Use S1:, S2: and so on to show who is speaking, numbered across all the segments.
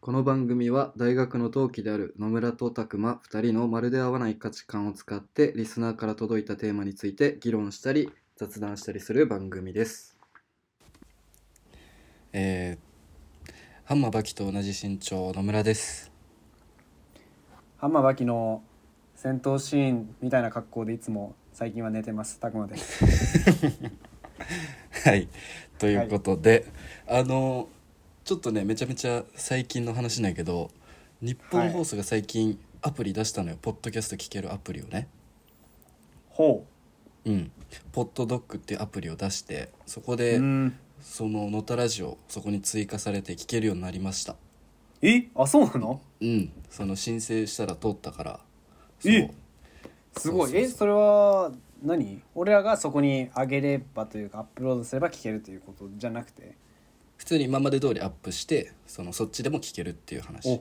S1: この番組は大学の同期である野村と拓磨2人のまるで合わない価値観を使ってリスナーから届いたテーマについて議論したり雑談したりする番組です。
S2: えーハンマーバキと同じ身長野村です
S3: ハンマーバキの戦闘シーンみたいな格好でいつも最近は寝てますたくまです
S2: はいということで、あのちょっとねめちゃめちゃ最近の話なんやけど日本放送が最近アプリ出したのよ、ポッドキャスト聞けるアプリをね
S3: ほ
S2: うんポッドドッグっていうアプリを出してそこ
S3: う
S2: で、
S3: ん
S2: その野田ラジオそこに追加されて聞けるようになりました
S3: えあそうなの
S2: うんその申請したら通ったから
S3: え
S2: そう
S3: すごい
S2: そうそうそう
S3: えそれは何俺らがそこに上げればというかアップロードすれば聞けるということじゃなくて
S2: 普通に今まで通りアップしてそのそっちでも聞けるっていう話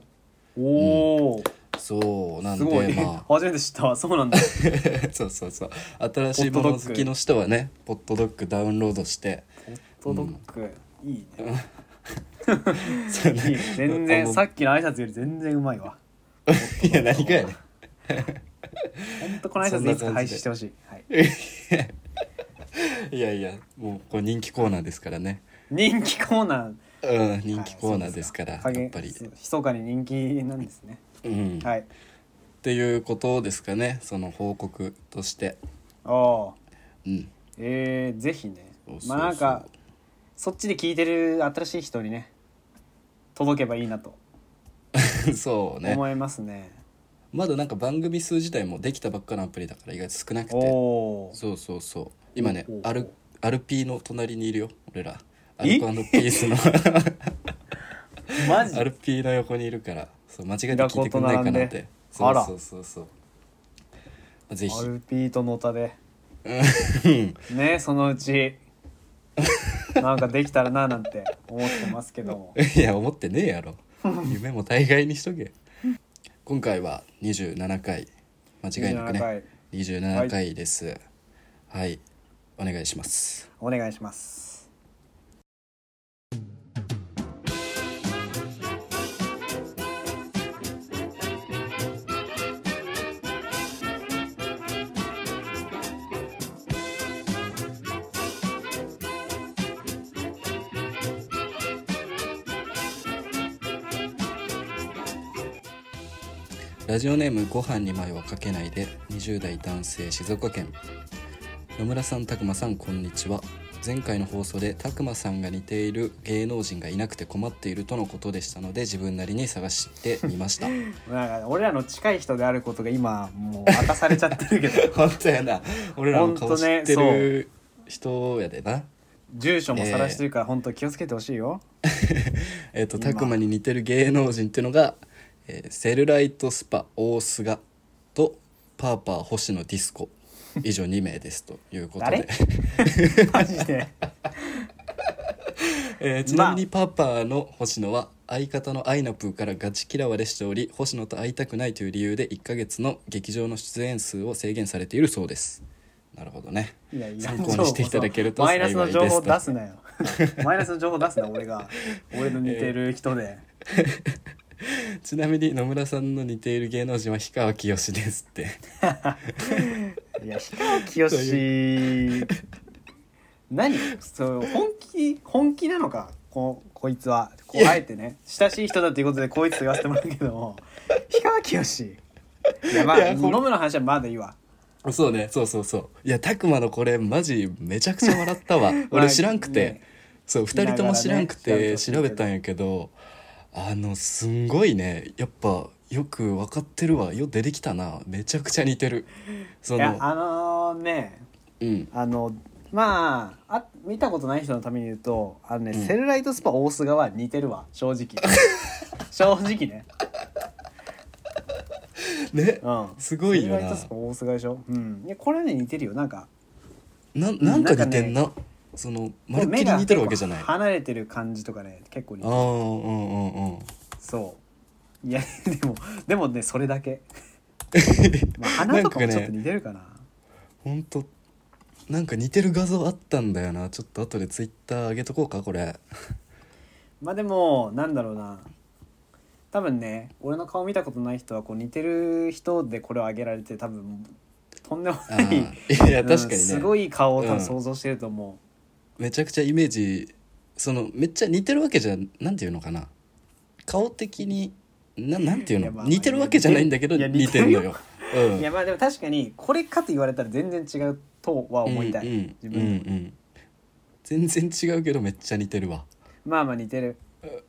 S3: おおお、
S2: そうなん
S3: すご
S2: で
S3: い、
S2: まあ
S3: 初めて知ったわそうなんだ
S2: そうそうそう新しいもの好きの人はねポットドッグダウンロード して
S3: ホットドッグ、いいね
S2: そうね
S3: いいね全
S2: あの
S3: 然さっきの挨拶より全然うまいわ
S2: いや何がやねん
S3: ほんとこの挨拶でいつか廃止してほしい、はい、
S2: いやいやもうこれ人気コーナーですからね
S3: 人気コーナー
S2: うん人気コーナーですから、
S3: はいそう
S2: やっぱり
S3: 影そう密かに人気なんですね
S2: うん、っ
S3: はい
S2: ていうことですかねその報告として
S3: ああ
S2: うん
S3: えー、ぜひね
S2: そう
S3: まあなんかそっちで聞いてる新しい人にね届けばいいなと
S2: そうそうね
S3: 思いますね
S2: まだなんか番組数自体もできたばっかのアプリだから意外と少なく
S3: お
S2: て
S3: おー
S2: そうそうそう今ね
S3: おうおう
S2: アルアルピーの隣にいるよ俺らアル
S3: え
S2: コピースの
S3: マジ
S2: アルピーの横にいるからそう間違えて聞いてくんないかなっ
S3: 平子と並ん
S2: て
S3: で
S2: そ
S3: あ
S2: う
S3: ら
S2: そうそうそうぜひ
S3: アルピーとノタで
S2: うん
S3: ねそのうちなんかできたらななんて思ってますけども
S2: いや思ってねえやろ 夢も大概にしとけ今回は27回間違いなく
S3: 27
S2: ね
S3: 回
S2: 27回ですはい、お願いします
S3: お願いします
S2: ラジオネームご飯に迷はかけないで20代男性静岡県野村さんたくまさんこんにちは前回の放送でたくまさんが似ている芸能人がいなくて困っているとのことでしたので自分なりに探してみました
S3: なんか俺らの近い人であることが今もう明かされちゃってるけ ど
S2: 本当やな俺らの顔知って
S3: ほんと
S2: る人やでな、
S3: 住所も晒してるから本当気をつけてほしいよ、
S2: えっ、と
S3: 今
S2: たくまに似てる芸能人っていうのが、えーセルライトスパ大須賀とパーパー星野ディスコ以上2名ですということで
S3: 誰 マジで
S2: えーちなみにパパの星野は相方のアイナプーからガチ嫌われしており星野と会いたくないという理由で1ヶ月の劇場の出演数を制限されているそうですなるほどね
S3: いやいや
S2: 参考にしていただけると
S3: マ
S2: 幸
S3: イ
S2: いで
S3: ナ
S2: す
S3: ス
S2: と
S3: の情報出すなよマイナスの情報出すな俺が俺の似てる 人で、
S2: ちなみに野村さんの似ている芸能人は氷川きよしですって
S3: いや氷川きよし何そう本気本気なのかここいつはこうあえてね親しい人だということでこいつと言わせてもらうけども氷川きよしいやま
S2: い
S3: あ
S2: やほ
S3: 飲
S2: ん
S3: むの話はまだいいわ
S2: そうねそうそうそういや拓磨のこれマジめちゃくちゃ笑った わ
S3: まあ
S2: 俺知らんくて、
S3: ね
S2: そう2人とも知らんく
S3: 見ながら
S2: て
S3: ね
S2: 調べたんやけどあのすんごいねやっぱよく分かってるわよ出てきたなめちゃくちゃ似てるそ
S3: いや
S2: の
S3: あのね
S2: うん
S3: あのまああ見たことない人のために言うとあのね、
S2: うん
S3: セルライトスパ大須賀は似てるわ正 直正直ね
S2: ね
S3: うん
S2: すごいよ
S3: セルライ
S2: な
S3: トスパ大須賀でしょうんいやこれはね似てるよなんか
S2: ななんか似てんな
S3: な
S2: そのまるっきり似てるわけじゃない
S3: 目が
S2: あ
S3: 離れてる感じとかね結構似
S2: あ
S3: て
S2: ーう
S3: る
S2: んうんうん
S3: そういやでもでもねそれ だけまあ鼻とかもちょっと似てるかな
S2: ほんとなんか似てる画像あったんだよなちょっと後でツイッター上げとこうかこれ
S3: まあでもなんだろうな多分ね俺の顔見たことない人はこう似てる人でこれを挙げられて多分とんでも
S2: あ
S3: ない
S2: ーいや
S3: うん
S2: 確かにね、
S3: すごい顔を多
S2: うん
S3: 分想像してると思
S2: めちゃくちゃイメージそのめっちゃ似てるわけじゃなんていうのかな顔的にななんていう
S3: いや
S2: の
S3: まあ
S2: 似てるわけじゃないんだけど
S3: いや
S2: 似てるのよ。う
S3: う、いやまあでも確かにこれかと言われたら全然違うとは思いたい、
S2: うんうん
S3: 自分
S2: うんうん全然違うけどめっちゃ似てるわ。
S3: まあまあ似てる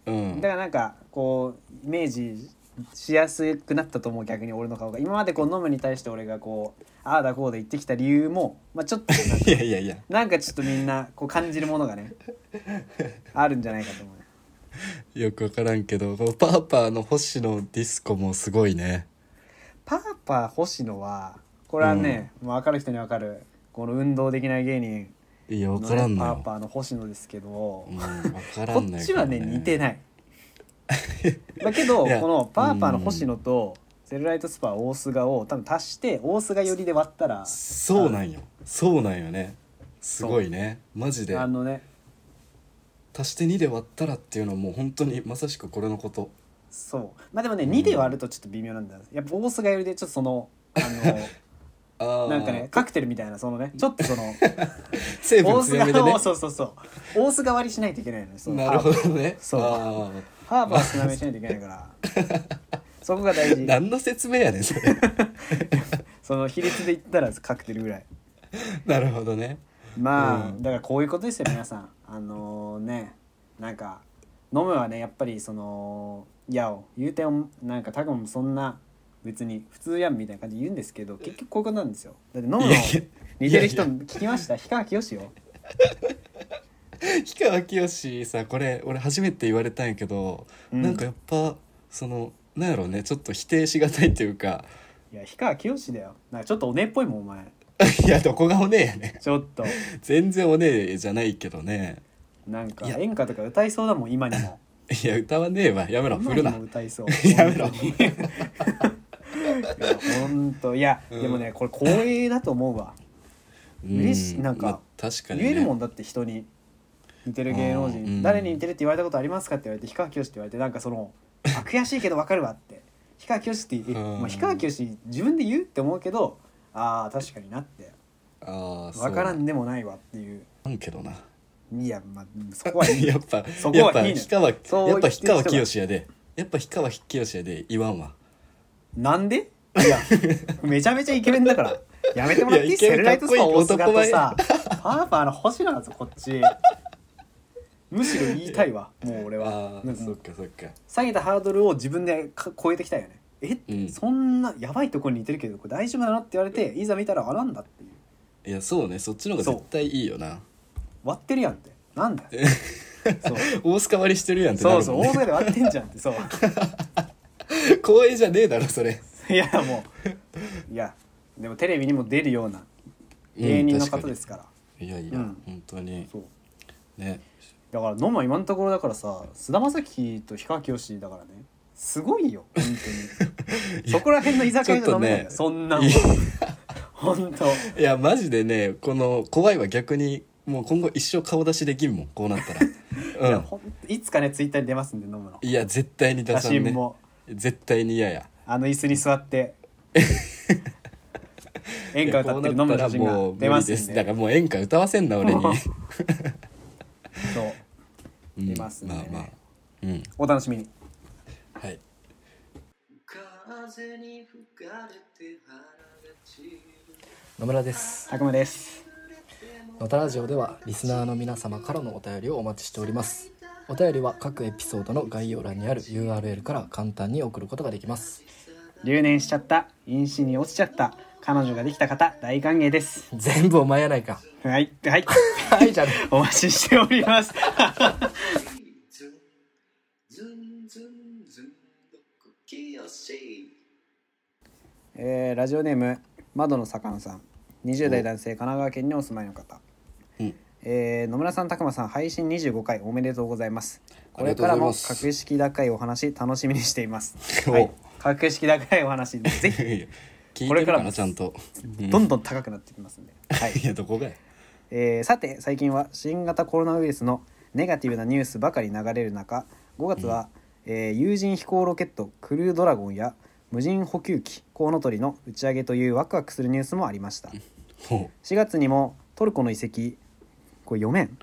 S2: うん
S3: だか、らなんかこうイメージしやすくなったと思う逆に俺の顔が今までこう飲むに対して俺がこうああだこうだ言ってきた理由も、まあ、ちょっとなん か
S2: いやいやいや
S3: なんかちょっとみんなこう感じるものがねあるんじゃないかと思う
S2: よくわからんけどこのパーパーの星野ディスコもすごいね。
S3: パーパー星野はこれはね、もう分かる人に分かるこの運動できない芸人
S2: いや
S3: の
S2: わ
S3: ね
S2: からんの
S3: パー
S2: よ。
S3: パーの星野ですけど、
S2: うん、わから
S3: こ
S2: んのよ
S3: っちはね
S2: これ
S3: 似てない だけど
S2: いや
S3: このパーパーの星野とセルライトスパー大須賀を多分足して大須賀寄りで割ったら
S2: そうなんよそうなんよねすごいねマジで
S3: あのね
S2: 足して2で割ったらっていうのはもう本当にまさしくこれのこと
S3: そうまあでもね
S2: うん
S3: 2で割るとちょっと微妙なんだよやっぱ大須賀寄りでちょっとそのあ
S2: あー
S3: の なんかねカクテルみたいなそのねちょっとその
S2: 成
S3: 大
S2: 分強め で
S3: 須賀
S2: ね
S3: をそうそうそう大須賀割りしないといけないのよその
S2: なるほどね
S3: そう
S2: あー
S3: ハーバー少なめしないといけないから そこが大事
S2: 何の説明やねんそれ
S3: その比率で言ったらカクテルぐらい
S2: なるほどね
S3: まあ、
S2: うん
S3: だからこういうことですよ皆さんあのねなんか飲むはねやっぱりそのいや言うてもなんかタグもそんな別に普通やんみたいな感じで言うんですけど結局こういうことなんですよだって飲むの
S2: いやいや
S3: 似てる人
S2: いや
S3: 聞きました氷川きよしよ
S2: 氷川きよしさこれ俺初めて言われたんやけど、
S3: うん
S2: なんかやっぱそのなんやろうねちょっと否定しがたいっていうか
S3: いや氷川きよしだよなんかちょっとおねっぽいもんお前
S2: いやどこがおねえやね
S3: ちょっと
S2: ん全然おねえじゃないけどね
S3: なんか
S2: いや
S3: 演歌とか歌いそうだもん今にも
S2: いや歌わねえわやめろ振
S3: 今
S2: る
S3: に
S2: な
S3: も歌いそう
S2: やめろ
S3: 本当にいや本当いや、でもねこれ光栄だと思うわ嬉しい
S2: うん
S3: なんか
S2: まあ確かに、ね、
S3: 言えるもんだって人に似てる芸能人、
S2: あーうん
S3: 誰に似てるって言われたことありますかって言われて氷川きよしって言われてなんかその「あ悔しいけど分かるわ」って氷川きよしって、え
S2: うん
S3: まあ、氷川きよし自分で言うって思うけどああ確かになって
S2: ああ
S3: 分から
S2: ね
S3: んでもないわっていう
S2: んけどな
S3: いやまあそこはい い
S2: やっぱ
S3: そこ
S2: やっ
S3: は
S2: ぱ
S3: いいね
S2: 氷川やっぱ
S3: そう言
S2: 氷
S3: ってる人が
S2: 川きよしやでやっぱ氷川きよしやで言わんわ
S3: なんでいやめちゃめちゃイケメンだからやめてもらってい
S2: い
S3: い
S2: やイケ
S3: セ
S2: メ
S3: ル
S2: ン
S3: ラ
S2: かっ
S3: イト
S2: こ
S3: ス
S2: いい
S3: パ大須賀とさパーパーの星野なんですよこっちむしろ言いたいわもう俺は
S2: あ
S3: な
S2: あ
S3: んか
S2: そっかそっか
S3: 下げたハードルを自分でか超えてきたよねえ、
S2: うん
S3: そんなやばいとこに似てるけどこれ大丈夫なのって言われていざ見たらあなんだっていう
S2: いやそうねそっちの方が絶対いいよな
S3: 割ってるやんってなんだよ そう
S2: 大須賀割りしてるやんってな
S3: そう
S2: る
S3: そう
S2: もん
S3: 大
S2: ね
S3: 勢で割ってんじゃんってそう
S2: 光栄じゃねえだろそれ
S3: いやもういやでもテレビにも出るような 芸人の方ですから、
S2: いやいや、
S3: うん
S2: 本当に
S3: そう
S2: ね
S3: だからノマ今のところだからさ菅田将暉と氷川きよしだからねすごいよ本 当に
S2: や
S3: そこら辺の居酒屋じゃダメだよ、
S2: ちょっとね
S3: そんなん
S2: いや
S3: は本当
S2: いやマジでねこの怖いは逆にもう今後一生顔出しできんもんこうなった
S3: い
S2: ら
S3: や
S2: うん
S3: ほんいつかねツイッターに出ますんで飲むの
S2: いや絶対に出
S3: 写
S2: さん
S3: 真
S2: ね
S3: も
S2: 絶対に嫌や
S3: あの椅子に 座って演歌歌ってる飲む写真が出ますんで
S2: だからもう演歌歌わせんな俺に
S3: そう
S2: うん
S3: 出ますんでね
S2: まあまあうん
S3: お楽しみに
S2: はい
S1: 風に吹かれて花が散る
S2: 野村です
S3: たくまです
S2: 野田ラジオではリスナーの皆様からのお便りをお待ちしておりますお便りは各エピソードの概要欄にある URL から簡単に送ることができます
S3: 留年しちゃった飲酒に落ちちゃった彼女ができた方大歓迎です
S2: 全部お前やないか
S3: はいはい
S2: はいじゃあね
S3: お待ちしております
S1: ズンズンズンどこきよし
S3: えーラジオネーム窓の魚さん20代男性神奈川県にお住まいの方
S2: うん
S3: えー野村さん、たくまさん、配信25回おめでとうございます。これか
S2: あ
S3: ら
S2: りがとうご
S3: も
S2: ざいます
S3: 格式高いお話楽しみにしています。
S2: お
S3: はい、格式高いお話、ぜひ
S2: 聞い
S3: こ
S2: て
S3: れ
S2: るか
S3: か
S2: らな
S3: も
S2: ちゃんと、うん
S3: どんどん高くなってきますんで。はい。
S2: いやどこがや
S3: えーさて最近は新型コロナウイルスのネガティブなニュースばかり流れる中5月は、えー有人飛行ロケットクルードラゴンや無人補給機コウノトリの打ち上げというワクワクするニュースもありました
S2: ほ
S3: 4月にもトルコの遺跡これ読めん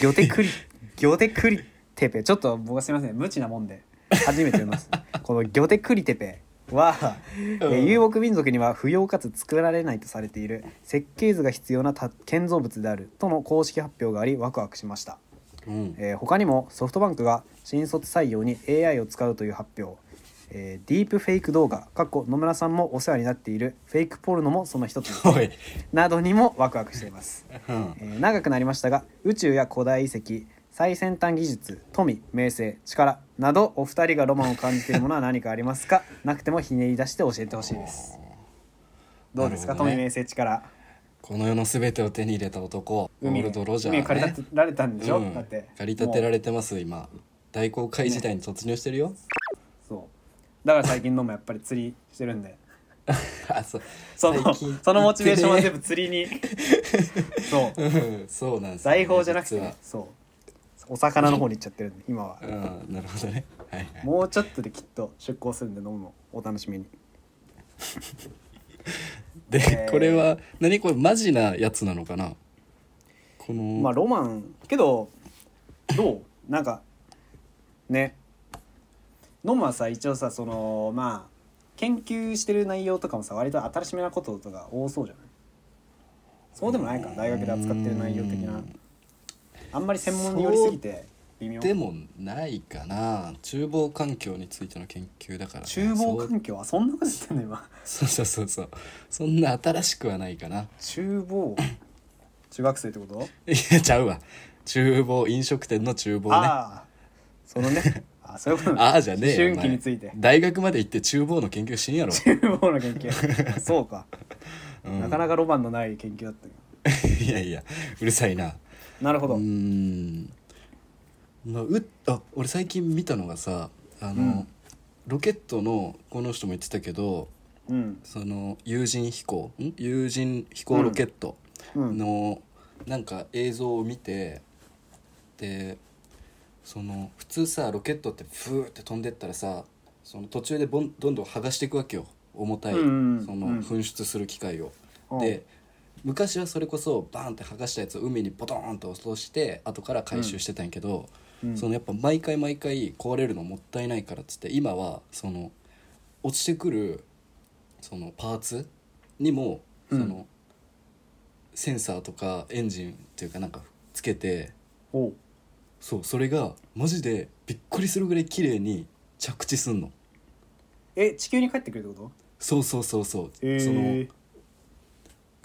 S3: ギョテ クリギョテクリテペちょっと僕はすみません無知なもんで初めて読みます このギョテクリテペは、えー
S2: うん
S3: 遊牧民族には不要かつ作られないとされている設計図が必要なた建造物であるとの公式発表がありワクワクしました
S2: う、うん、
S3: えー他にもソフトバンクが新卒採用に AI を使うという発表、えーディープフェイク動画かっこ野村さんもお世話になっているフェイクポルノもその一つです
S2: おい、
S3: などにもワクワクしています、
S2: うん
S3: えー長くなりましたが宇宙や古代遺跡最先端技術富名声力などお二人がロマンを感じているものは何かありますかなくてもひねり出して教えてほしいですどうですか、
S2: なるほどね
S3: 富名声力
S2: この世のすべてを手に入れた男ゴ
S3: 海
S2: ー
S3: に
S2: ルド・ロジャ
S3: 海に
S2: ー、
S3: 駆り
S2: ね
S3: 立、てられたんでしょ、
S2: うん
S3: だって
S2: 駆り立てら
S3: も
S2: れてます今大航海時代に突入してるよ、
S3: うそうだから最近のもやっぱり釣りしてる んで
S2: あそう
S3: その
S2: 最近
S3: そのモチベーションは全部釣 りにそう
S2: うんそうなんですよね
S3: 財宝じゃなくて、
S2: 実は
S3: ね、そうお魚の方に行っちゃってるんで今は
S2: うんなるほどねはいはい
S3: もうちょっとできっと出航するんで飲むのお楽しみに
S2: で、
S3: えー
S2: これは何これマジなやつなのかなこの、
S3: まあロマンけどどうなんかね飲むはさ一応さそのまあ研究してる内容とかもさ割と新しめなこととか多そうじゃないそうでもないか大学で扱ってる内容的
S2: う
S3: なんあんまり専門に寄りすぎて微妙
S2: でもないかな厨房環境についての研究だからね、
S3: 厨房環境はそんなことしてんの今
S2: そうそうそうそうそうそんな新しくはないかな
S3: 厨房中学生ってこと
S2: いやちゃうわ厨房飲食店の厨房ねあ
S3: ああそ のねあそういうことね
S2: あーじゃねえよ
S3: 思春期について
S2: お前大学まで行って厨房の研究しんやろ、
S3: 厨房の研究そうか、
S2: うん
S3: なかなかロマンのない研究だったよ
S2: いやいやうるさいな
S3: なるほど、
S2: うーん、まあ、うあ俺最近見たのがさあの、
S3: うん
S2: ロケットのこの人も言ってたけど
S3: うん
S2: その有人飛行ん有人飛行ロケット
S3: うん
S2: の、なんか映像を見てでその普通さロケットってフーって飛んでったらさその途中でぼんどんどん剥がしていくわけよ重たい、
S3: うんうん
S2: その
S3: うん
S2: 噴出する機械を。で昔はそれこそバーンって剥がしたやつを海にポトーンと落として後から回収してたんやけど、
S3: うん
S2: そのやっぱ毎回毎回壊れるのもったいないからっつって今はその落ちてくるそのパーツにも
S3: う
S2: そ
S3: ん
S2: の、センサーとかエンジンっていうかなんかつけて
S3: おう
S2: そうそれがマジでびっくりするぐらい綺麗に着地すんの
S3: え地球に帰ってくるってこ
S2: そうそうそうそう、
S3: とえ
S2: その
S3: ー、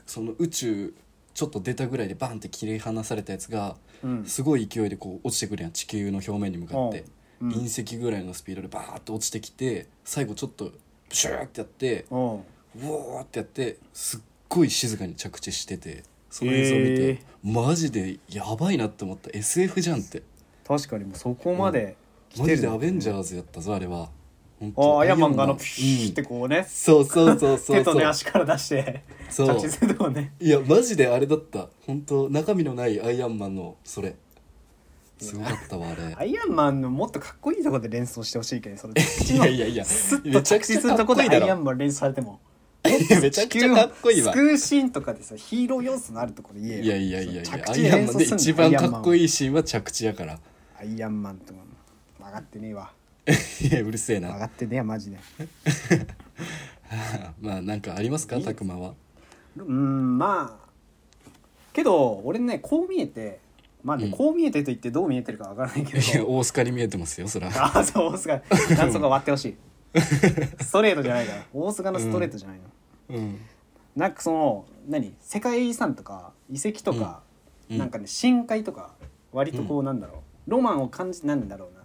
S2: その宇宙ちょっと出たぐらいでバンって切り離されたやつが
S3: うん
S2: すごい勢いでこう落ちてくるやん地球の表面に向かって、
S3: うん
S2: 隕石ぐらいのスピードでバーッと落ちてきて最後ちょっとプシューってやって
S3: おお
S2: ウォーってやってすっごい静かに着地しててその映像を見て、
S3: へー
S2: マジでやばいなって思った SF じゃんって
S3: 確かにもうそこまで来
S2: マ
S3: てる
S2: ジでアベンジャ
S3: ー
S2: ーズやったぞあれは本
S3: ああアイアンマンがあ
S2: の
S3: のプシュってこうね、
S2: そうそうそうそう
S3: 手とね
S2: そう
S3: 足から出して
S2: そう
S3: 着地するとこね
S2: いやマジであれだった本当中身のないアイアンマンのそれすごかったわあれ
S3: アイアンマンのもっとかっこいいとこで連想してほしいけどそれ
S2: いやいやいや
S3: スッ
S2: め
S3: と
S2: ちゃ
S3: 着
S2: く
S3: 地
S2: ちゃ
S3: する
S2: か
S3: と
S2: っこ
S3: こ
S2: い
S3: で
S2: い
S3: ア
S2: だ
S3: イア
S2: ろ
S3: ンマン連想されても
S2: めちゃくちゃかっこいいわ
S3: 救うシーンとかでさヒーロー要素のあるところで言えよ
S2: いやいやいやい
S3: その
S2: や
S3: 着
S2: ア
S3: 地
S2: イ
S3: で
S2: アン
S3: 連
S2: マン
S3: 想
S2: です
S3: ん
S2: 一番かっこ
S3: い
S2: いいシーンは着地やから
S3: アイアンマンとか曲がってねえわ
S2: いやうるせえ
S3: 曲
S2: な
S3: がってねえわマジで
S2: まあなんかありますか
S3: いいです
S2: たくまは
S3: うんまあけど俺ねこう見えてまあね、
S2: うん
S3: こう見えてと言ってどう見えてるかわからないけ
S2: いや
S3: ど
S2: 大スカに見えてますよそら
S3: ああそう大須賀なんとか割って ほしいストレートじゃないから大須賀のストレートじゃないの、
S2: うん
S3: なんかその何世界遺産とか遺跡とか、
S2: うん
S3: なんかね深海とか割とこうなんだろう、ロマンを感じなんだろうな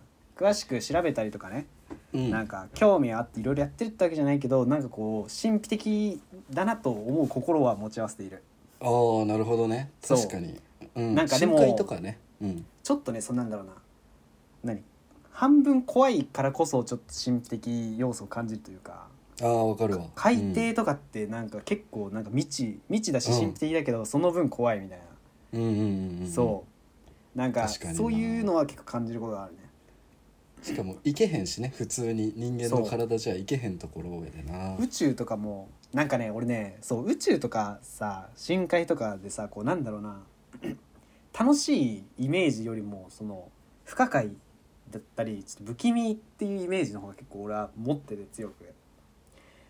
S3: 詳しく調べたりとかね、
S2: うん
S3: なんか興味あっていろいろやってるってわけじゃないけどなんかこう神秘的だなと思う心は持ち合わせている
S2: ああなるほどね
S3: そう
S2: 確かにうん
S3: なんかでも
S2: 深海とかねうん
S3: ちょっとねそのなんだろうな何半分怖いからこそちょっと神秘的要素を感じるというか
S2: ああわかるわ
S3: 海
S2: うん
S3: 底とかってなんか結構なんか未知未知だし
S2: うん
S3: 神秘的だけど、その分怖いみたいな。
S2: うんうんうんうん
S3: そうなんか
S2: 確かにな
S3: そういうのは結構感じることがあるね
S2: しかも行けへんしね普通に人間
S3: そ
S2: の
S3: う
S2: 体じゃ行けへんところ上でな
S3: 宇宙とかもなんかね俺ねそう宇宙とかさ深海とかでさこうなんだろうな 楽しいイメージよりもその不可解だったりちょっと不気味っていうイメージの方が結構俺は持ってて強く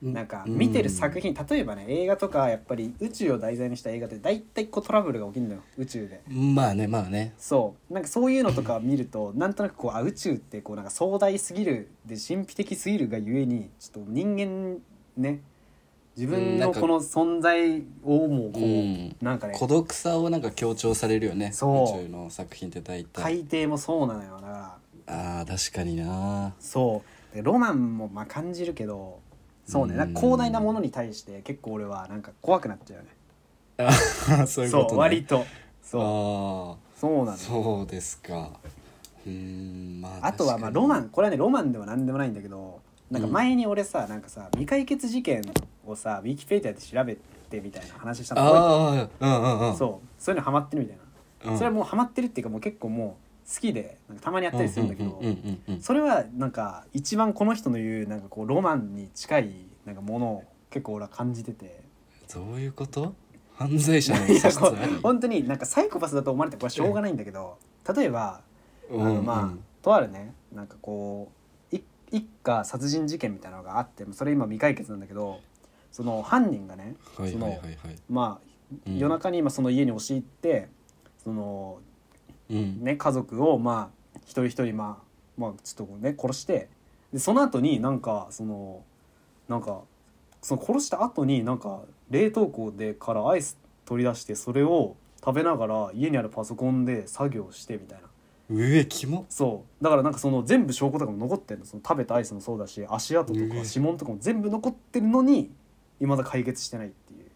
S3: なんか見てる作品例えばね映画とかやっぱり宇宙を題材にした映画って大体こうトラブルが起きるのよ宇宙で。
S2: うんまあねまあね
S3: そうなんかそういうのとか見るとなんとなくこうあ宇宙ってこうなんか壮大すぎるで神秘的すぎるがゆえにちょっと人間ね自
S2: うん
S3: 分
S2: なん
S3: の
S2: か
S3: この存在をもうこう、
S2: うん
S3: なんかね
S2: 孤独さをなんか強調されるよね宇
S3: そう
S2: 宙の作品って大体
S3: 海底もそうなのよだから
S2: あー確かにな
S3: そうでロマンもまあ感じるけどそうね
S2: うん
S3: なんか広大なものに対して結構俺はなんか怖くなっちゃうよね
S2: あーそういうこと、ね、
S3: そう割とそう
S2: あ
S3: そう
S2: あ
S3: なの
S2: そうですかうーんまあ
S3: あとはま
S2: 確か
S3: あ
S2: に
S3: ロマンこれはねロマンでも何でもないんだけどなんか前に俺さ、なんかさ未解決事件をさウィキペディアで調べてみたいな話したの覚
S2: ああうんうんう
S3: えてる
S2: ん
S3: そうそういうのハマってるみたいな、
S2: うん
S3: それはもうハマってるっていうかもう結構もう好きでなんかたまにやったりするんだけど、
S2: うんうんうんうん
S3: それはなんか一番この人の言うなんかこうロマンに近いなんかものを結構俺は感じてて
S2: どういうこと犯罪者の
S3: い
S2: 素
S3: や
S2: 質
S3: こう
S2: あり
S3: 本当になんかサイコパスだと思われてこれはしょうがないんだけど例えば
S2: う
S3: あ
S2: ん
S3: のまあ、
S2: うん
S3: とあるねなんかこうい一家殺人事件みたいなのがあってそれ今未解決なんだけどその犯人がね
S2: はい
S3: そ
S2: は
S3: の
S2: いはいはい
S3: まあ、
S2: うん
S3: 夜中に今その家に押し入ってその
S2: うん
S3: ね家族をまあ一人一人まあまあちょっとね殺してでその後になんかそのなんかその殺した後になんか冷凍庫でからアイス取り出してそれを食べながら家にあるパソコンで作業してみたいな
S2: うえキモ
S3: そうだからなんかその全部証拠とかも残ってるのその食べたアイスもそうだし足跡と
S2: う
S3: か
S2: え
S3: 指紋とかも全部残ってるのにいまだ解決してないっていう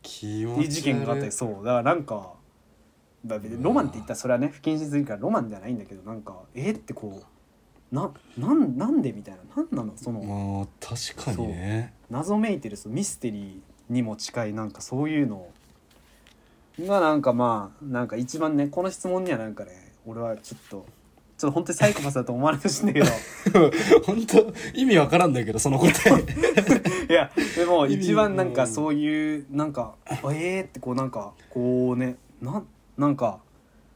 S2: キモ
S3: っていう事件があってそうだからなんかだってロマンって言ったらそれはね不謹慎すぎるからロマンじゃないんだけどなんかえってこうななんなんでみたいななんなのその
S2: まあ確かにね
S3: 謎めいてるそのミステリーにも近いなんかそういうのがなんかまあなんか一番ねこの質問にはなんかね俺はちょっとちょっと本当にサイコパスだと思われてほしいんだけど。
S2: 本当意味わからんだけどその答え
S3: いやでも
S2: 意味
S3: 一番なんかそういうなんか「あえー」ってこうなんかこうねなんなんか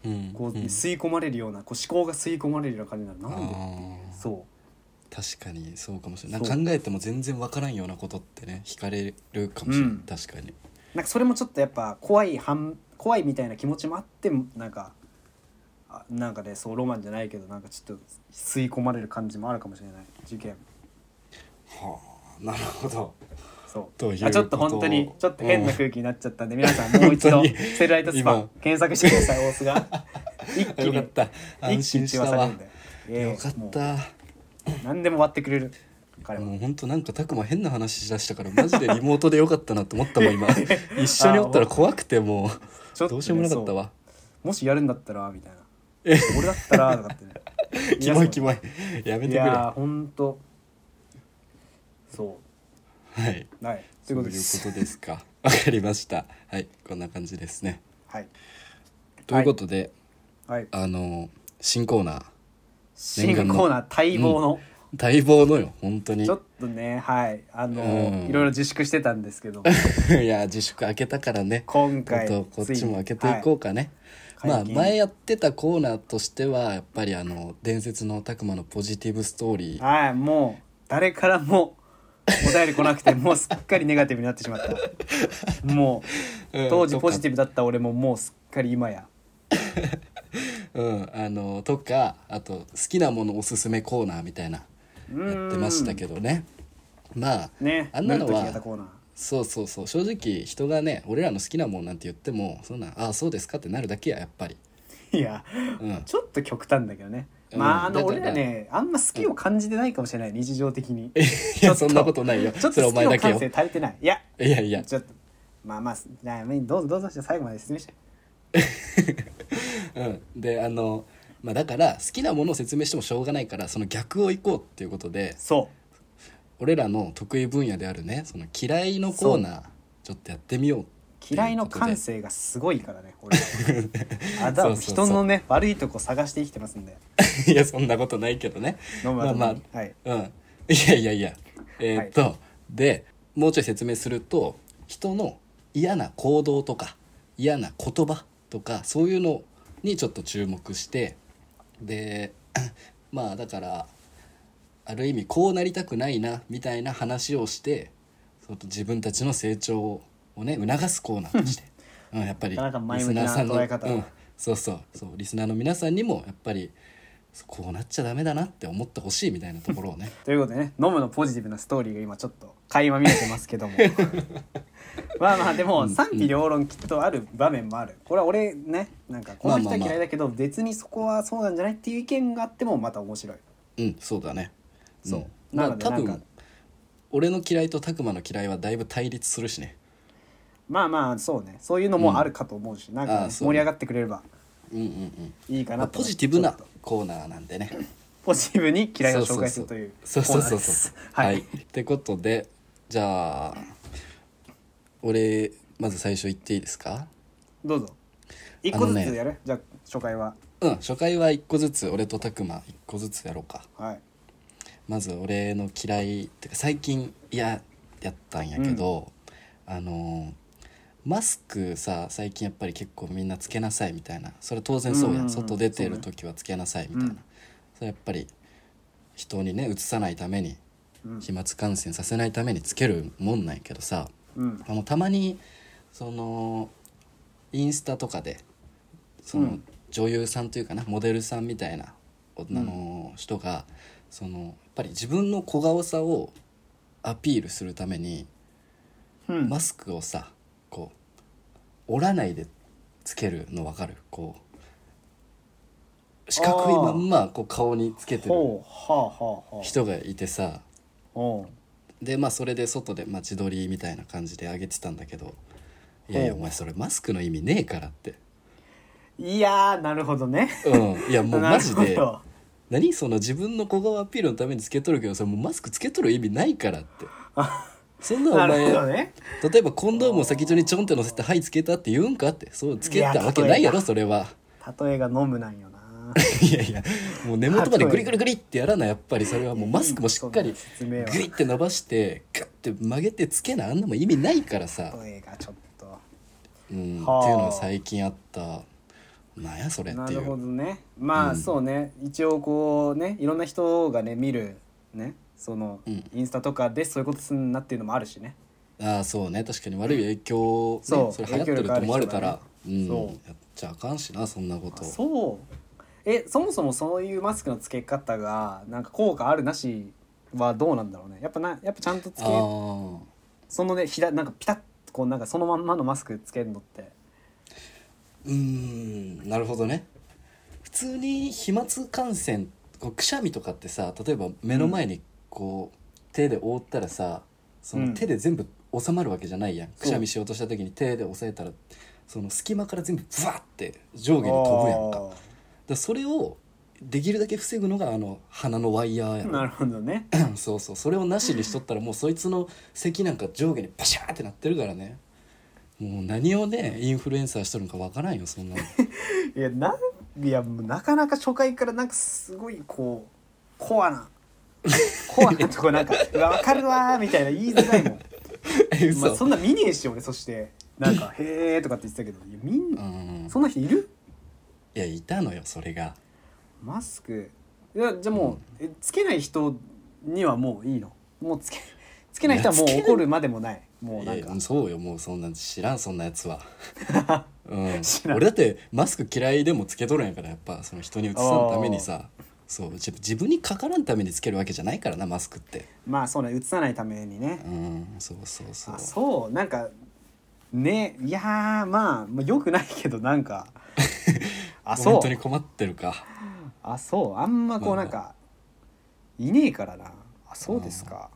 S2: うん
S3: こう
S2: うん
S3: 吸い込まれるようなこう思考が吸い込まれるような感じになるなんで
S2: あー
S3: そ
S2: 確かにそうかもしれない
S3: そう
S2: なんか考えても全然わからんようなことってね惹かれるかもしれない、
S3: うん
S2: 確かに
S3: うなんかそれもちょっとやっぱ怖い反怖いみたいな気持ちもあってなんかあなんかねそうロマンじゃないけどなんかちょっと吸い込まれる感じもあるかもしれない事件
S2: はあなるほど
S3: そう
S2: ということ
S3: あちょっと本当にちょっと変な空気になっちゃったんで、皆さんもう一度
S2: 本当に
S3: セルライトスパ
S2: 今
S3: 検索してください大 須が一 気
S2: よかっ
S3: に
S2: た安心したわ
S3: 一気に中和されるん
S2: よ
S3: でええ
S2: かっ
S3: も
S2: た
S3: う何でも割ってくれる彼も
S2: もう本当なんか拓磨変な話しだしたからマジでリモートでよかったなと思ったも ん今一緒におったら怖くても
S3: ちょ
S2: う
S3: っと
S2: ど
S3: ね
S2: うしようもなかったわ
S3: そうもしやるんだったらみたいな俺だったらとかってね
S2: キモいキ
S3: い
S2: モいやめ
S3: や
S2: て
S3: い
S2: くれは
S3: や本当そ
S2: いう
S3: はい
S2: そ
S3: というう
S2: いうことと
S3: こで
S2: ですすかわかりましたはいこんな感じですね
S3: はい
S2: ということで、
S3: はい
S2: あの新コーナー
S3: 新コーナー待望の、
S2: 待望のよ本当に
S3: ちょっとねはいあの、
S2: うん
S3: いろいろ自粛してたんですけど
S2: いや自粛開けたからねちょ
S3: 今
S2: っ
S3: 回
S2: と こっ
S3: つい
S2: ち
S3: に
S2: も開けていこうかね、
S3: はい
S2: まあ
S3: 解禁
S2: 前やってたコーナーとしてはやっぱりあの伝説の拓磨のポジティブストーリー
S3: はい、はいもう誰からもお便り来なくてもうすっかりネガティブになってし まったも
S2: うん
S3: う当時ポジティブだった俺ももうすっかり今や
S2: うん、あのとかあと好きなものおすすめコーナーみたいなやってましたけどねまあ
S3: ね
S2: あんなの
S3: 塗る時
S2: は
S3: 型コーナー
S2: そうそうそう正直人がね俺らの好きなもんなんて言ってもそんなああそうですかってなるだけややっぱり
S3: いや
S2: うん
S3: ちょっと極端だけどね
S2: うん
S3: まああ
S2: だ
S3: の
S2: から
S3: 俺らねあんま好きを感じてないかもしれない日常的に
S2: い やそんなことないよ
S3: ちょっ
S2: それ
S3: と
S2: お
S3: 好
S2: 前
S3: きの
S2: だけよ
S3: 感性足りてないいや
S2: いやいや
S3: ちょっとまあまあじゃあどうぞどうぞして最後まで説明して
S2: うんであのまあだから好きなものを説明してもしょうがないからその逆を行こうっていうことで
S3: そ
S2: 俺らの得意分野であるねその嫌いのコーナーちょっとやってみよう
S3: う嫌いの感性がすごいからね俺らはあだ
S2: そうそうそう
S3: 人のね悪いとこ探して生きてますんで
S2: いやそんなことないけどね
S3: 野村と
S2: まあま
S3: はい
S2: うんいやいやいやえーっと、でもうちょい説明すると人の嫌な行動とか嫌な言葉とかそういうのにちょっと注目してで まあだからある意味こうなりたくないなみたいな話をしてその自分たちの成長をね促すコーナーとして、うん、やっぱり
S3: なかなか前向きな捉え方
S2: うん、そうそうそうリスナーの皆さんにもやっぱりこうなっちゃダメだなって思ってほしいみたいなところを ね
S3: ということでね飲むのポジティブなストーリーが今ちょっと垣間見えてますけ どもまあまあでも賛否両論きっとある場面もあるこれは俺ねなんかこの人は嫌いだけど別にそこはそうなんじゃないっていう意見があってもまた面白い
S2: うんそうだねそう、
S3: うん
S2: まあ
S3: なので
S2: 多
S3: なん
S2: 分
S3: か
S2: 俺の嫌いと拓磨の嫌いはだいぶ対立するしね
S3: まあまあそうねそういうのもあるかと思うし、なんかね、
S2: ああそう
S3: 盛り上がってくれれば
S2: うんうんうん
S3: いいか
S2: ま
S3: な
S2: あ、
S3: と
S2: ポ
S3: 思う
S2: ジティブな
S3: ちょっと
S2: コーナーなんでね
S3: ポジティブに嫌いを紹介するという
S2: そうそうそう
S3: コーナーです
S2: そう
S3: は、
S2: はいい、ってことでじゃあ俺まず最初言っていいですか
S3: どうぞ一個ずつ
S2: あのね
S3: やる、じゃあ初回は
S2: うん初回は1個ずつ俺と拓磨1個ずつやろうか
S3: はい
S2: まず俺の嫌いってか最近嫌やったんやけど、あのマスクさ最近やっぱり結構みんなつけなさいみたいなそれ当然そうや、
S3: うんうんうん
S2: 外出てる時はつけなさいみたいな、
S3: うん
S2: それやっぱり人にねうつさないために
S3: うん
S2: 飛沫感染させないためにつけるもんなんやけどさ
S3: うん
S2: あのたまにそのインスタとかでそうの
S3: ん
S2: 女優さんというかなモデルさんみたいな女の人が、そのやっぱり自分の小顔さをアピールするために
S3: うん
S2: マスクをさこう折らないでつけるの分かるこう四角いまんまこう顔につけてる
S3: ほうはあはあはあ
S2: 人がいてさ
S3: おう
S2: でまあそれで外で、まあ、自撮りみたいな感じで上げてたんだけど「いやいや
S3: ほ
S2: お
S3: う
S2: 前それマスクの意味ねえから」って
S3: いやーなるほどね
S2: うんいやもうマジ
S3: なる
S2: で
S3: ほど
S2: 何その自分の小顔アピールのためにつけとるけどそれもうマスクつけとる意味ないからってそんなお
S3: な
S2: 前、
S3: るほどね
S2: 例えばコンドームを先っちょにちょんって乗せて「はいつけた」って言うんかってそうつけたわけないやろそれは
S3: 例えが飲むなんよない
S2: やいやもう根元までグリグリグリってやらないやっぱりそれはもうマスクもしっかり
S3: 説明は
S2: グイって伸ばしてグッて曲げてつけなあんなもん意味ないからさ
S3: 例えがちょっと
S2: うん、
S3: はあ
S2: っていうのが最近あったなんやそれっ
S3: な
S2: てい
S3: るほど
S2: う
S3: ねまあ、
S2: うん
S3: そうね一応こうねいろんな人がね見るねその、
S2: うん
S3: インスタとかでそういうことすんなっていうのもあるしね
S2: ああそうね確かに悪い影響、ね、
S3: そう
S2: それ流行ってると思われたら、うん
S3: 力ある人がねそう
S2: やっちゃあかんしなそんなこ
S3: あ
S2: と
S3: そうえそもそもそういうマスクのつけ方がなんか効果あるなしはどうなんだろうねやっぱなやっぱちゃんとつけ
S2: あー
S3: そのねひだなんかピタッとこうなんかそのまんまのマスクつけるのって
S2: うーんなるほどね普通に飛沫感染こうくしゃみとかってさ例えば目の前にこう、手で覆ったらさそうの
S3: ん
S2: 手で全部収まるわけじゃないやん、
S3: う
S2: くしゃみしようとした時に手で押さえたらその隙間から全部ブワッて上下に飛ぶやんか
S3: あー
S2: だからそれをできるだけ防ぐのがあの鼻のワイヤーや
S3: な
S2: ろ
S3: るほどね
S2: そうそうそれをなしにしとったらもうそいつの咳なんか上下にパシャーってなってるからねもう何をねインフルエンサーしとるのかわからんよそんな の
S3: いやなんいやもうなかなか初回からなんかすごいこうコ アなコアなとこなんか「うわ分かるわ」みたいな言いづらいもん、
S2: え
S3: まあ、
S2: 嘘、
S3: そんな見ねえし俺そしてな んか「へえ」とかって言ってたけどいやみんな
S2: うん
S3: そんな人いる
S2: いやいたのよそれが
S3: マスクいやじゃあもう、えつけない人にはもういいのもうつけつけない人はもう
S2: いやつけない
S3: 怒るまでもないもう
S2: い
S3: な
S2: や
S3: ん
S2: い
S3: か
S2: やそうよもうそんなん知らんそんなやつは、 うん、
S3: 知らん
S2: 俺だってマスク嫌いでもつけとるんやからやっぱその人にうつさんためにさそう自自分にかからんためにつけるわけじゃないからなマスクって
S3: まあそうね映さないためにね
S2: うんそうそうそう
S3: あそうなんかねいやーまあ、まあ、よくないけどな んかあそ
S2: 本
S3: う
S2: 当に困ってるか
S3: あそうあんまこう
S2: ま
S3: な
S2: あまあ
S3: んかいねえからなあそうですか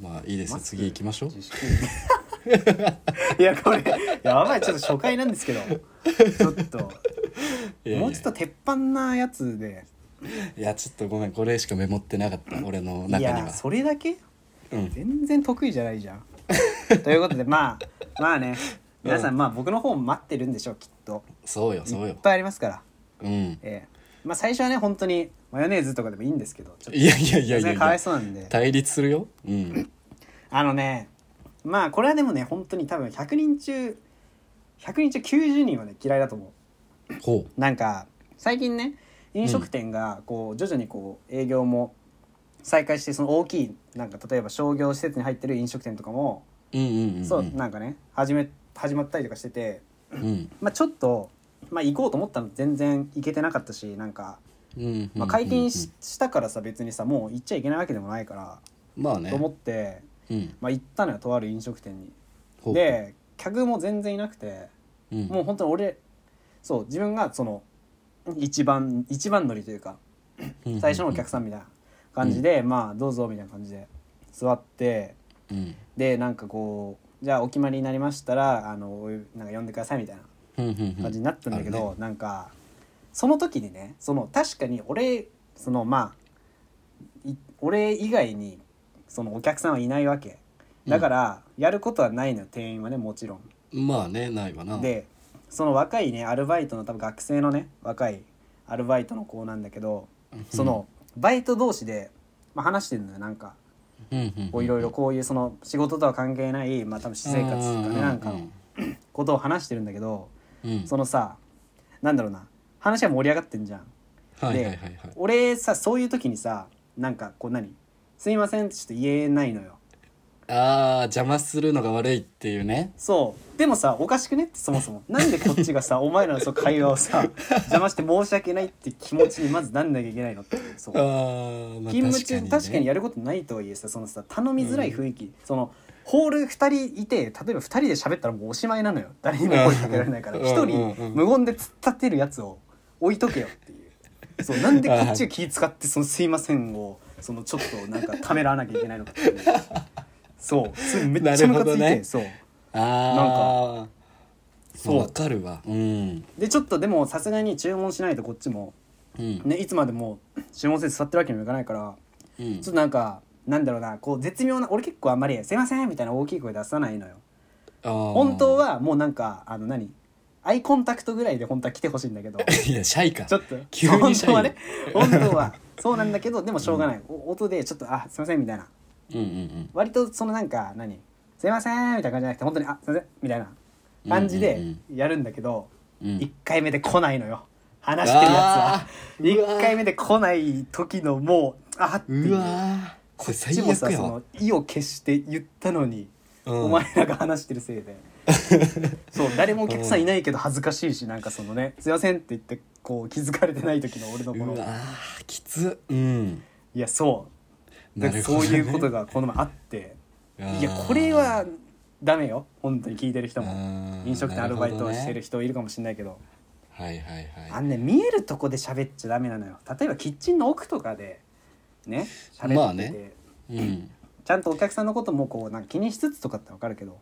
S2: まあいいですよ
S3: マスク
S2: 次行きましょう
S3: 自粛 いやこれやばいちょっと初回なんですけどちょっと
S2: いやいや
S3: もうちょっと鉄板なやつで
S2: いやちょっとごめんこれしかメモってなかった俺の
S3: い
S2: 中に
S3: や
S2: は
S3: それだけ
S2: うん
S3: 全然得意じゃない じゃんということでまあまあね皆さん、まあ僕の方も待ってるんでしょうきっと
S2: そうよそう
S3: いっ
S2: よ
S3: ぱいありますから
S2: うん
S3: ええまあ最初はね本当にマヨネーズとかでもいいんですけどちょっと
S2: いやいやいやいや
S3: 全
S2: い
S3: かわ
S2: や
S3: いそうなんで
S2: 対立するようん
S3: あのねまあこれはでもね本当に多分100人中100人中90人はね嫌いだと思う
S2: ほ
S3: なんか最近ね飲食店がこう徐々にこう営業も再開してその大きいなんか例えば商業施設に入ってる飲食店とかも
S2: ううんうんうんうん
S3: そうなんかね始め始まったりとかしてて
S2: うん
S3: まあちょっとまあ行こうと思ったの全然行けてなかったしなんか
S2: うんうん
S3: まあ解禁ししたからさ別にさもう行っちゃいけないわけでもないか
S2: まあね
S3: らと思って
S2: うん
S3: まあ行ったのよとある飲食店に。
S2: ほう
S3: で客も全然いなくて
S2: うん
S3: もう本当に俺そう自分がその一番一番乗りというか
S2: うん
S3: 最初のお客さんみたいな感じで、まあどうぞみたいな感じで座って
S2: うん
S3: でなんかこうじゃあお決まりになりましたらあのお呼びなんか呼んでくださいみたいな
S2: うんうんうん
S3: 感じになったんだけ
S2: あ
S3: ど、なんかその時にねその確かに俺そのまあい俺以外にそのお客さんはいないわけだからやることはないのよ店員はねもちろん。
S2: まあねないわな
S3: でその若いねアルバイトの多分学生のね若いアルバイトの子なんだけどそのバイト同士で、まあ、話してるのよなんか
S2: うんうん
S3: こういろいろこういうその仕事とは関係ない、まあ、多分私生活とかねなんかのことを話してるんだけど
S2: うん
S3: そのさなんだろうな話は盛り上がってんじゃん。
S2: はいはい
S3: で
S2: はいはい
S3: 俺さそういう時にさなんかこう何すいませんってちょっと言えないのよ。
S2: ああ邪魔するのが悪いっていうね
S3: そうでもさおかしくねってそもそもなんでこっちがさお前らのそう会話をさ邪魔して申し訳ないって気持ちにまずなんなきゃいけないのっていうそう
S2: あーまあ
S3: 勤務中確か,、に
S2: や
S3: やることないとはいえさそのさ頼みづらい雰囲気、そのホール2人いて例えば2人で喋ったらもうおしまいな のよ誰にも声かけられないから
S2: うん
S3: 1
S2: うん
S3: 人
S2: うん
S3: 無言で突っ立てるやつを置いとけよっていうそうなんでこっちが気使ってその「すいません」をそのちょっとなんかためらわなきゃいけないのかっていうそうそれめっちゃム
S2: なるほ
S3: カついて、
S2: どね
S3: そう。
S2: ああ
S3: そう
S2: わかるわうん
S3: でちょっとでもさすがに注文しないとこっちも、
S2: うん
S3: ね、いつまでも注文せず座ってるわけにもいかないから
S2: うん
S3: ちょっとなんかなんだろうなこう絶妙な俺結構あんまり「すいません」みたいな大きい声出さないのよ。
S2: 本
S3: 本当はもうなんかあの何アイコンタクトぐらいで本当は来てほしい んだけど
S2: いやシャイか
S3: ちょっと
S2: 急に
S3: 本
S2: シャイ
S3: 当はね本当はそうなんだけどでもしょうがない、お音でちょっと「あすいません」みたいな
S2: うんうん
S3: 割とそのなんか何「すいません」みたいな感じじゃなくて本当に「あすいません」みたいな感じ
S2: うんう
S3: で
S2: ん
S3: やるんだけど。
S2: うんうん
S3: 1回目で来ないのよ話してるやつ
S2: うわー
S3: は1回目で来ない時のもうあーっていう
S2: うわーこれ
S3: こっち
S2: 最
S3: もさ
S2: 悪や
S3: そ
S2: わ
S3: の意を決して言ったの
S2: う
S3: に、
S2: ん
S3: お前らが話してるせい でそう誰もお客さんいないけど恥ずかしいしなんかそのね「すいません」って言ってこう気づかれてない時の俺のこ
S2: う
S3: の
S2: わーきつうん
S3: いやそう、だから
S2: なるほ
S3: そ
S2: ど
S3: う
S2: ね
S3: いうことがこの前あって
S2: あー
S3: いやこれはダメよ本当に聞いてる人
S2: あ
S3: も
S2: ー
S3: 飲食店アルバイトをして
S2: な
S3: る
S2: ほ
S3: 人いるかもしれないけど。
S2: どねはいはい
S3: あ
S2: はい
S3: のね見えるとこで喋っちゃダメなのよ例えばキッチンの奥とかでね喋ってて、
S2: まあねうん
S3: ちゃんとお客さんのこともこうなんか気にしつつとかってわかるけど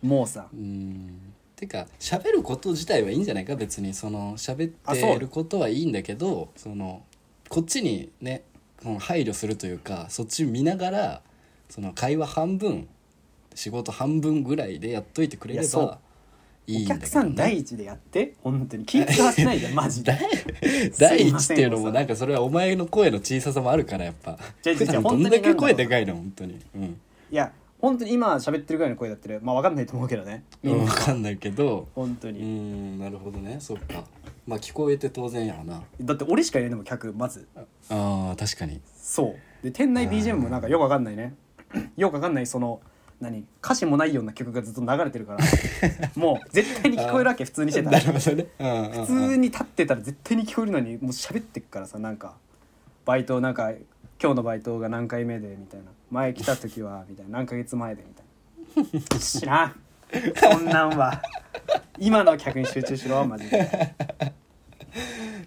S3: もうさ
S2: うんてか喋ること自体はいいんじゃないか別にその喋っ
S3: あそ
S2: て
S3: う
S2: ることはいいんだけどそのこっちにねこの配慮するというかそっち見ながらその会話半分仕事半分ぐらいでやっといてくれれ
S3: いやそう
S2: ばいいんだけど、
S3: お
S2: ね、
S3: 客さん第一でやって本当に気使わせないでマ ジで
S2: 第第
S3: すい
S2: 一
S3: ま
S2: って
S3: せん
S2: いうのもなんかそれはお前の声の小ささもあるからやっぱ
S3: 違う違う違う
S2: 普段ど
S3: 本当に
S2: ん
S3: な
S2: だ
S3: んだろ
S2: け
S3: う
S2: 声でかいの本当にうん、
S3: いや本当に今喋ってるぐらいの声だったらまあわかんないと思うけどねみん
S2: 分
S3: な
S2: かんないけど
S3: 本当
S2: う
S3: に、
S2: んなるほどねそっかまあ聞こえて当然やろな
S3: だって俺しかいないのも客まず
S2: あー確かに
S3: そうで店内 BGM もなんかよくわかんないね よくわかんないその何歌詞もないような曲がずっと流れて るからもう絶対に聞こえるわけ普通にしてた
S2: なる
S3: ら
S2: ほどね、うんうんうん、
S3: 普通に立ってたら絶対に聞こえるのにもう喋ってっからさなんかバイトなんか今日のバイトが何回目でみたいな前来た 時はみたいな何ヶ月前でみたいな知らんそんなんは今の客に集中しろマジで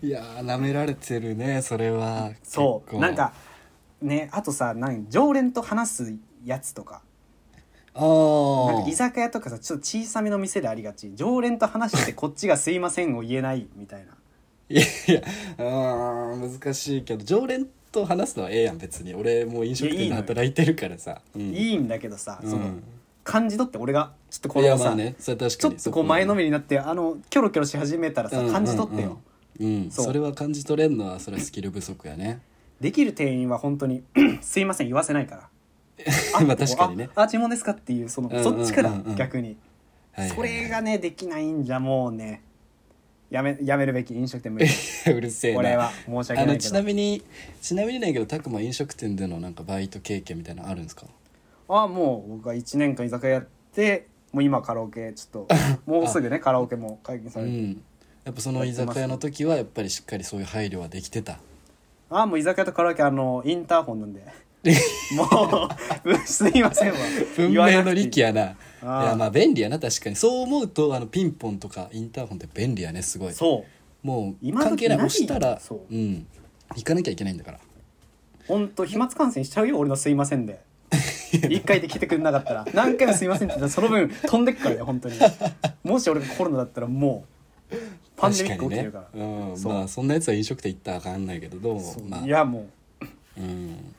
S2: いやー舐められてるねそれは
S3: そ
S2: 結
S3: う
S2: 構
S3: なんかねあとさなん常連と話すやつとか
S2: あー
S3: なんか居酒屋とかさちょっと小さめの店でありがち常連と話してこっちが「すいません」を言えないみたいない
S2: やいやあー難しいけど常連と話すのはええやん別に俺もう飲食
S3: いやい
S2: 店
S3: い
S2: で
S3: のよ
S2: 働いてるからさうん
S3: いいんだけどさ
S2: うん
S3: その感じ取って俺がちょっとこ
S2: いや
S3: の
S2: ま
S3: さ
S2: あねそれ確
S3: ち
S2: か
S3: ょっ
S2: に
S3: とこう前の
S2: め
S3: めりになってあのキョロキョロし始めたらさ
S2: うん
S3: 感じ取って
S2: うんうん
S3: よ
S2: うん
S3: そ
S2: そうれは感じ取れんのはそれはスキル不足やね
S3: できる店員は本当にすいません言わせないから
S2: まあ確かにね
S3: ああ注文ですかっていうその、
S2: うんうん
S3: そっちから
S2: うんうん
S3: 逆に、
S2: はいはい
S3: そ
S2: はい
S3: れがねできないんじゃもうねやめやめるべき飲食店無理
S2: うる せえな
S3: これは申し
S2: あ
S3: 訳な
S2: の
S3: いけ
S2: ち
S3: ど
S2: な
S3: あ
S2: みにちなみにないけどたくま飲食店でのなんかバイト経験みたいなのあるんですか
S3: もう僕は1年間居酒屋やってもう今カラオケちょ っともうすぐねカラオケも解禁さ
S2: う
S3: れる、
S2: んやっぱその居酒屋の時はやっぱりしっかりそういう配慮はできてた
S3: ああもう居酒屋とカラオケあのインターホ ンなんでもう すいませんわ
S2: 文明の力
S3: や
S2: やない
S3: あー
S2: やまあ便利やな確かにそう思うとあのピンポンとかインターホンって便利やねすごい
S3: そう
S2: もう
S3: 今時
S2: 関係ない
S3: 何
S2: 押したら
S3: そう
S2: う、ん、行かなきゃいけないんだから
S3: 本当飛沫感染しちゃうよ俺の「すいませんで」一回で来てくれなかったら何回も「すいません」って言ったらその分飛んでくからね本当にもし俺がコロナだったらもうパンデミック起きてるから
S2: 確かにね、うん
S3: そう
S2: まあそんなやつは飲食店行ったらあかんないけどどうも
S3: そう
S2: まあ
S3: いやも
S2: うん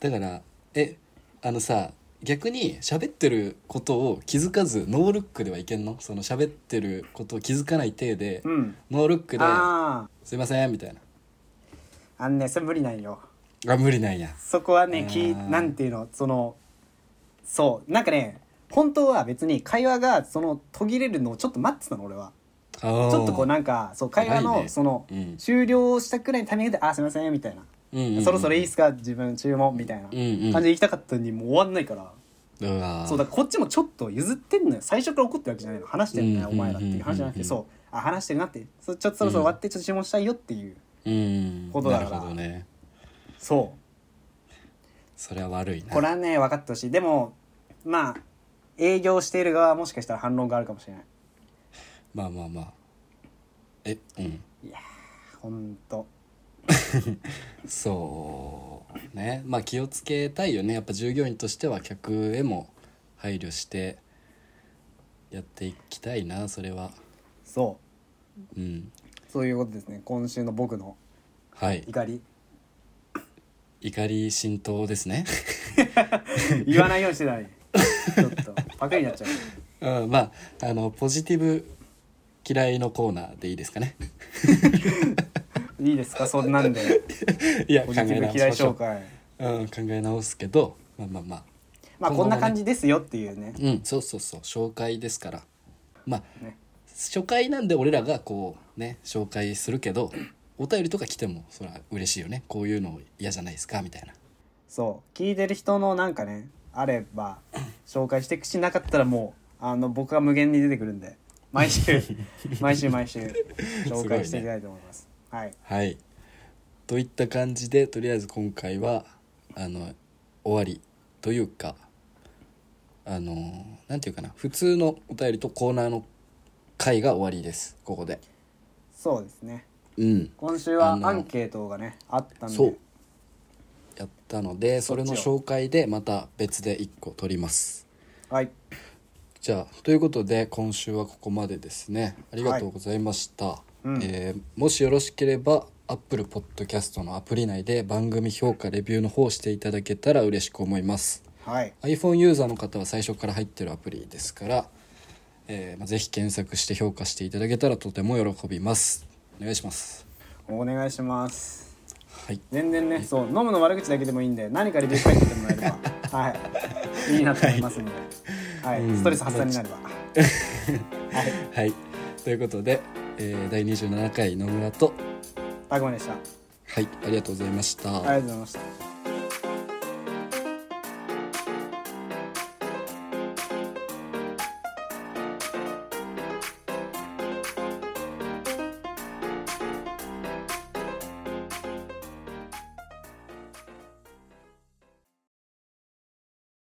S2: だからえあのさ逆に喋ってることを気づかずノールックではいけんのその喋ってることを気づかない体で、
S3: ううん
S2: ノールックで
S3: あ
S2: 「すいません」みたい
S3: ああんねそれ無理ないよ
S2: なあ無理なんや
S3: そこはねき
S2: あー
S3: なんていうのそのそうなんかね本当は別に会話がその途切れるのをちょっと待ってたの俺は
S2: ちょ
S3: ちょっとこうなんかそう会話
S2: 偉い
S3: の
S2: ね
S3: その
S2: うん
S3: 終了したくらいのタイミングで「あーすいません」みたいな
S2: うんうんうん
S3: そろそろいいっすか自分注文みたいな
S2: うんうん
S3: 感じで行きたかったのにもう終わんないから、
S2: うわ
S3: そうだからこっちもちょっと譲ってんのよ最初から怒ってるわけじゃないの話してるんだよ、
S2: うんうんうんうん
S3: お前らっていう話じゃなくてそうあ話してるなってそうちょっとそろそろ終わってちょっと注文したいよっていう、
S2: うん
S3: ことだから
S2: なるほどね
S3: そ
S2: それは悪いうな
S3: これはね分かってほしいでもまあ営業している側はもしかしたら反論があるかもしれない
S2: まあまあまあえうん
S3: ほんと
S2: そうねまあ気をつけたいよねやっぱ従業員としては客へも配慮してやっていきたいなそれは
S3: そ
S2: うん
S3: うそういうことですね今週の僕の
S2: はい
S3: 怒り
S2: 怒り浸透ですね
S3: 言わないようにしてたのにちょっとパクリになっちゃう
S2: うんまああのポジティブ嫌いのコーナーでいいですかね
S3: いいですかそんな んで
S2: いや
S3: ポ
S2: 考
S3: ジテ
S2: え
S3: ィ
S2: 直
S3: ブ嫌い
S2: しましょ
S3: 紹
S2: う
S3: 介
S2: うん、考え直すけどまあまあまあ
S3: まあこんな感じですよっていうね
S2: うんそうそうそう紹介ですからまあ
S3: ね
S2: 初回なんで俺らがこうね紹介するけどお便りとか来てもそれは嬉しいよねこういうの嫌じゃないですかみたいな
S3: そう聞いてる人のなんかねあれば紹介して口なかったらもうあの僕が無限に出てくるんで毎 週毎週毎週紹介していきたいと思いますはい
S2: はいといった感じでとりあえず今回はあの終わりというかあのなんていうかな普通のお便りとコーナーの回が終わりですここで
S3: そうですね
S2: うん
S3: 今週は
S2: あの
S3: アンケートがねあったんで
S2: そうやったのでそれの
S3: そっちを
S2: 紹介でまた別で1個取ります
S3: はい
S2: じゃあということで今週はここまでですねありがとうございました、
S3: うん
S2: えーもしよろしければ Apple Podcast のアプリ内で番組評価レビューの方をしていただけたら嬉しく思います
S3: はい
S2: iPhone ユーザーの方は最初から入ってるアプリですから、えーまあ、ぜひ検索して評価していただけたらとても喜びますお願いします
S3: お願いします
S2: はい
S3: 全然ねそう飲むの悪口だけでもいいんで何かレビュー書いてってもらえればはいいいなと思いますので、はい
S2: うん
S3: ストレス発散にな れば
S2: はいということで、えー第27回野村と
S3: あごめんでした
S2: はいありがとうございました、
S3: ありがとうございました